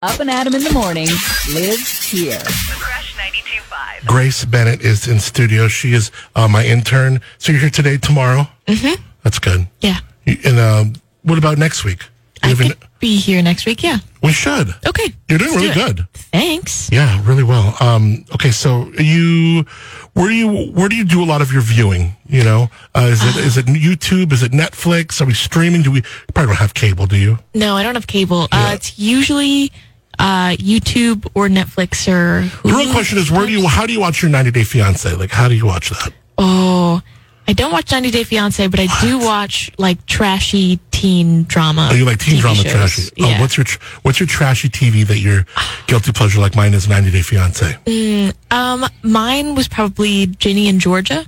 Up and Adam in the morning lives here. Fresh 92.5. Grace Bennett is in studio. She is uh, my intern. So you're here today, tomorrow. Mm-hmm. That's good. Yeah. You- And um, what about next week? You I have an- could be here next week. Yeah. we should. Okay. You're doing let's really do it. good. Thanks. Yeah, really well. Um, okay, so you, where do you, where do you do a lot of your viewing? You know, uh, is it is it YouTube? Is it Netflix? Are we streaming? Do we you probably don't have cable? Do you? No, I don't have cable. Uh, Yeah. it's usually uh, YouTube or Netflix or The Hulu. real question is, where do you, how do you watch your 90 Day Fiance? Like, how do you watch that? Oh, I don't watch 90 Day Fiance, but I do watch like trashy teen drama. Oh, you like teen TV drama shows. trashy? Yeah. Oh, what's your tr- what's your trashy TV that your guilty pleasure like mine is 90 Day Fiance? um, mine was probably Ginny and Georgia.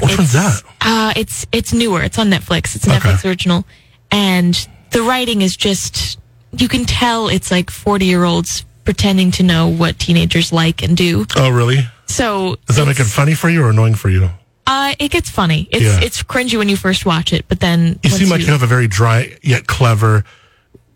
Which one's that? Uh, it's it's newer. It's on Netflix. It's a Okay. Netflix original, and the writing is just you can tell it's like forty year olds pretending to know what teenagers like and do. Oh, really? So Does that make it funny for you or annoying for you? uh, it gets funny. It's Yeah. it's cringy when you first watch it, but then You once seem like you have a very dry yet clever,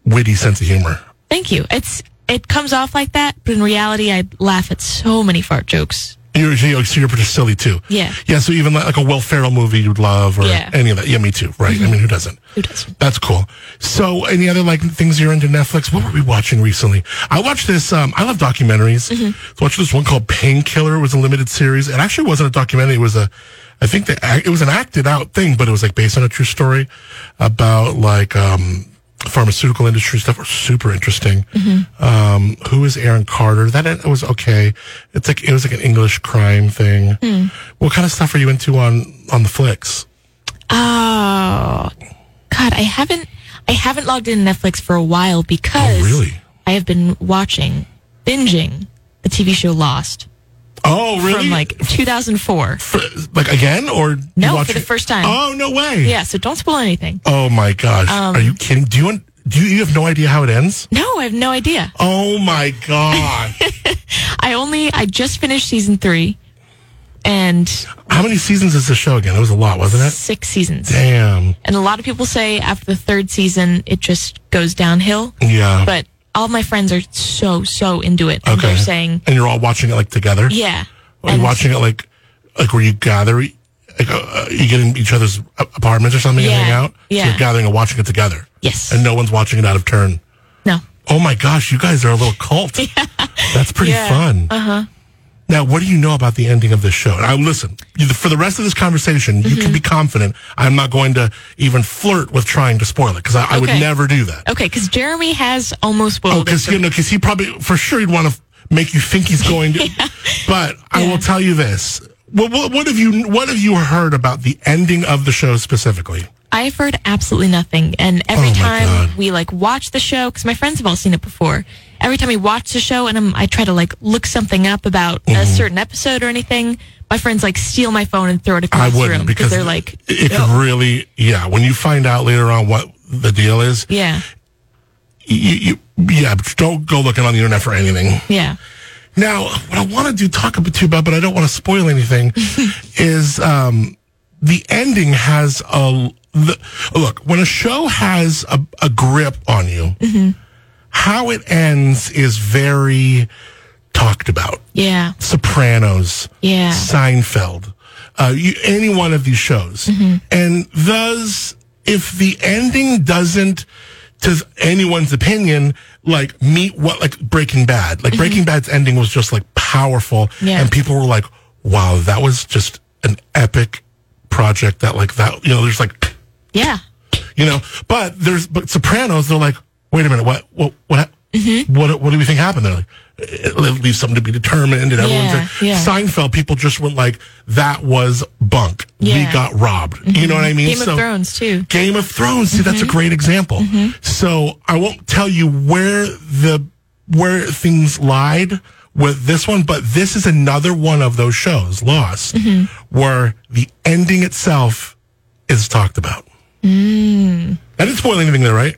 witty sense of humor. thank you. It's it comes off like that, but in reality, I laugh at so many fart jokes. You're, you're, so you're pretty silly too. Yeah. Yeah. So even like, like a Will Ferrell movie you'd love or Yeah. Mm-hmm. any of that. Yeah, me too. Right. I mean, who doesn't? Who doesn't? That's cool. So any other like things you're into Netflix? What were we watching recently? I watched this. Um, I love documentaries. Mm-hmm. So I watched this one called Painkiller. It was a limited series. It actually wasn't a documentary. It was a, I think the act- it was an acted out thing, but it was like based on a true story about like um, pharmaceutical industry stuff. Was super interesting. Mm-hmm. Um, who is Aaron Carter? That it was okay. It's like it was like an English crime thing. Hmm. What kind of stuff are you into on on the flicks? Oh God, I haven't I haven't logged in to Netflix for a while because Oh, really? I have been watching binging the TV show Lost Oh, really? from like 2004. for- like again or you No, watch for the it- first time. Oh no way! Yeah, Um, so don't spoil anything. Oh my gosh! Are you kidding? Do you un- do you, you have no idea how it ends? No, I have no idea. Oh my gosh! I only I just finished season 3 and how many seasons is the show again? It was a lot, wasn't it? 6 seasons. Damn. And a lot of people say after the 3rd season it just goes downhill, Yeah. but all my friends are so so into it and okay. they're saying, and you're all watching it like together. "Yeah." Are you And- watching it like like where you gather? Like, uh, uh, you get in each other's a- apartments or something and Yeah. hang out. So Yeah. you're gathering and watching it together. Yes. And no one's watching it out of turn. No. Oh my gosh, you guys are a little cult. That's pretty Yeah. Uh-huh. fun. Uh huh. Now, what do you know about the ending of this show? Now, listen, you, for the rest of this conversation, you Mm-hmm. can be confident I'm not going to even flirt with trying to spoil it because I, I would Okay. never do that. Okay, because Jeremy has almost spoiled Oh, it. because for you know, 'cause he probably for sure he'd want to make you think he's going to. But I will tell you this: what, what, what have you what have you heard about the ending of the show specifically? I've heard absolutely nothing. And Oh, every my time God. we like watch the show, because my friends have all seen it before. Every time we watch the show, and I'm, I try to like look something up about a Mm-hmm. certain episode or anything, my friends like steal my phone and throw it I across the wouldn't room because they're like, it it could "No." really, yeah. When you find out later on what the deal is, yeah, you, you, yeah, but don't go looking on the internet for anything. yeah. Now, what I want to do talk about to you about, but I don't want to spoil anything, is um, the ending has a the, look. When a show has a, a grip on you, how it ends is very talked about. Yeah, Sopranos, Yeah. Seinfeld, uh, you, any one of these shows. Mm-hmm. And thus, if the ending doesn't, to anyone's opinion, like meet what, like Breaking Bad, like Breaking Bad's ending was just like powerful. Mm-hmm. Yeah. And people were like, wow, that was just an epic project that, like, that, you know, there's like, yeah, you know, but there's, but Sopranos, they're like, wait a minute, what, what, what, Mm-hmm. what, what do we think happened? They're like, it leaves something to be determined. And everyone's Yeah, like, yeah. Seinfeld, people just went like, that was bunk. We Yeah. Mm-hmm. got robbed. You know what I mean? Game of Thrones too. Game of Thrones. See, that's a Mm-hmm. great example. So I won't tell you where the, where things lied with this one, but this is another one of those shows, Lost, Mm-hmm. where the ending itself is talked about. I didn't spoil anything there, right?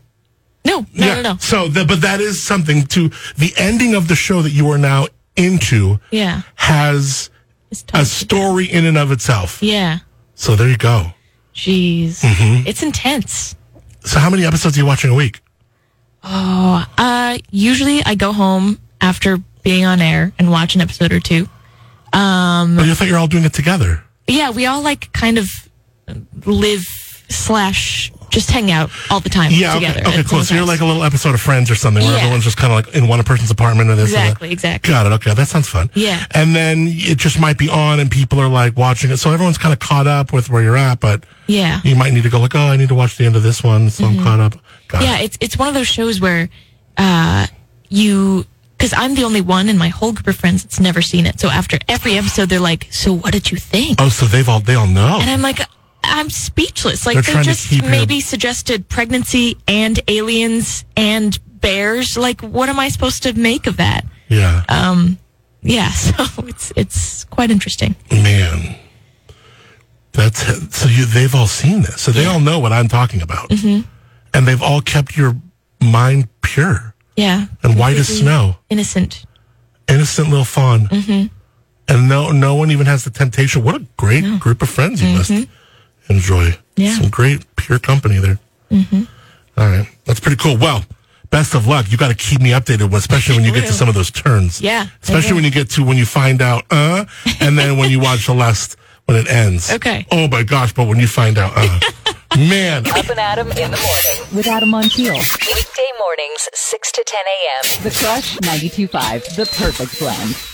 No, Mm. no, no, no. So, the, but that is something to the ending of the show that you are now into. Yeah. has It's tough. a story in and of itself. yeah, So there you go. Mm-hmm. jeez, it's intense. So how many episodes are you watching a week? Uh, usually I go home after being on air and watch an episode or two. Oh, you thought you're all doing it together. Yeah, we all like kind of live slash just hang out all the time Yeah, together. okay, okay at cool. someone's So you're house. like a little episode of Friends or something where Yeah. everyone's just kind of like in one person's apartment or this. or that. Exactly, exactly. Got it. Okay, that sounds fun. Yeah. And then it just might be on and people are like watching it. So everyone's kind of caught up with where you're at, but Yeah. Mm-hmm. you might need to go like, oh, I need to watch the end of this one, so I'm caught up. Got Yeah, it. it's it's one of those shows where uh, you because I'm the only one in my whole group of friends that's never seen it. So after every episode, they're like, "So what did you think?" Oh, so they've all they all know. And I'm like, "I'm speechless." Like They're they trying to just keep your- maybe suggested pregnancy and aliens and bears. Like, what am I supposed to make of that? yeah. Um, Yeah, so it's it's quite interesting. Man, that's so you. They've all seen this, so they all know what I'm talking about, Mm-hmm. and they've all kept your mind pure Yeah, and white as Completely snow, innocent. innocent little fawn, Mm-hmm. and no, no one even has the temptation. What a great group of friends you must enjoy. Mm-hmm. Yeah. Mm-hmm. Some great pure company there. All right, that's pretty cool. Well. Best of luck. You got to keep me updated, especially when you get to Will. some of those turns. Yeah, I Especially will. when you get to when you find out, uh, and then when you watch the last when it ends. Okay. Oh my gosh! But when you find out, uh, man, Up and Adam in the morning. with Adam Montiel. Weekday mornings, 6 to 10 a.m. The Crush 92.5, the perfect blend.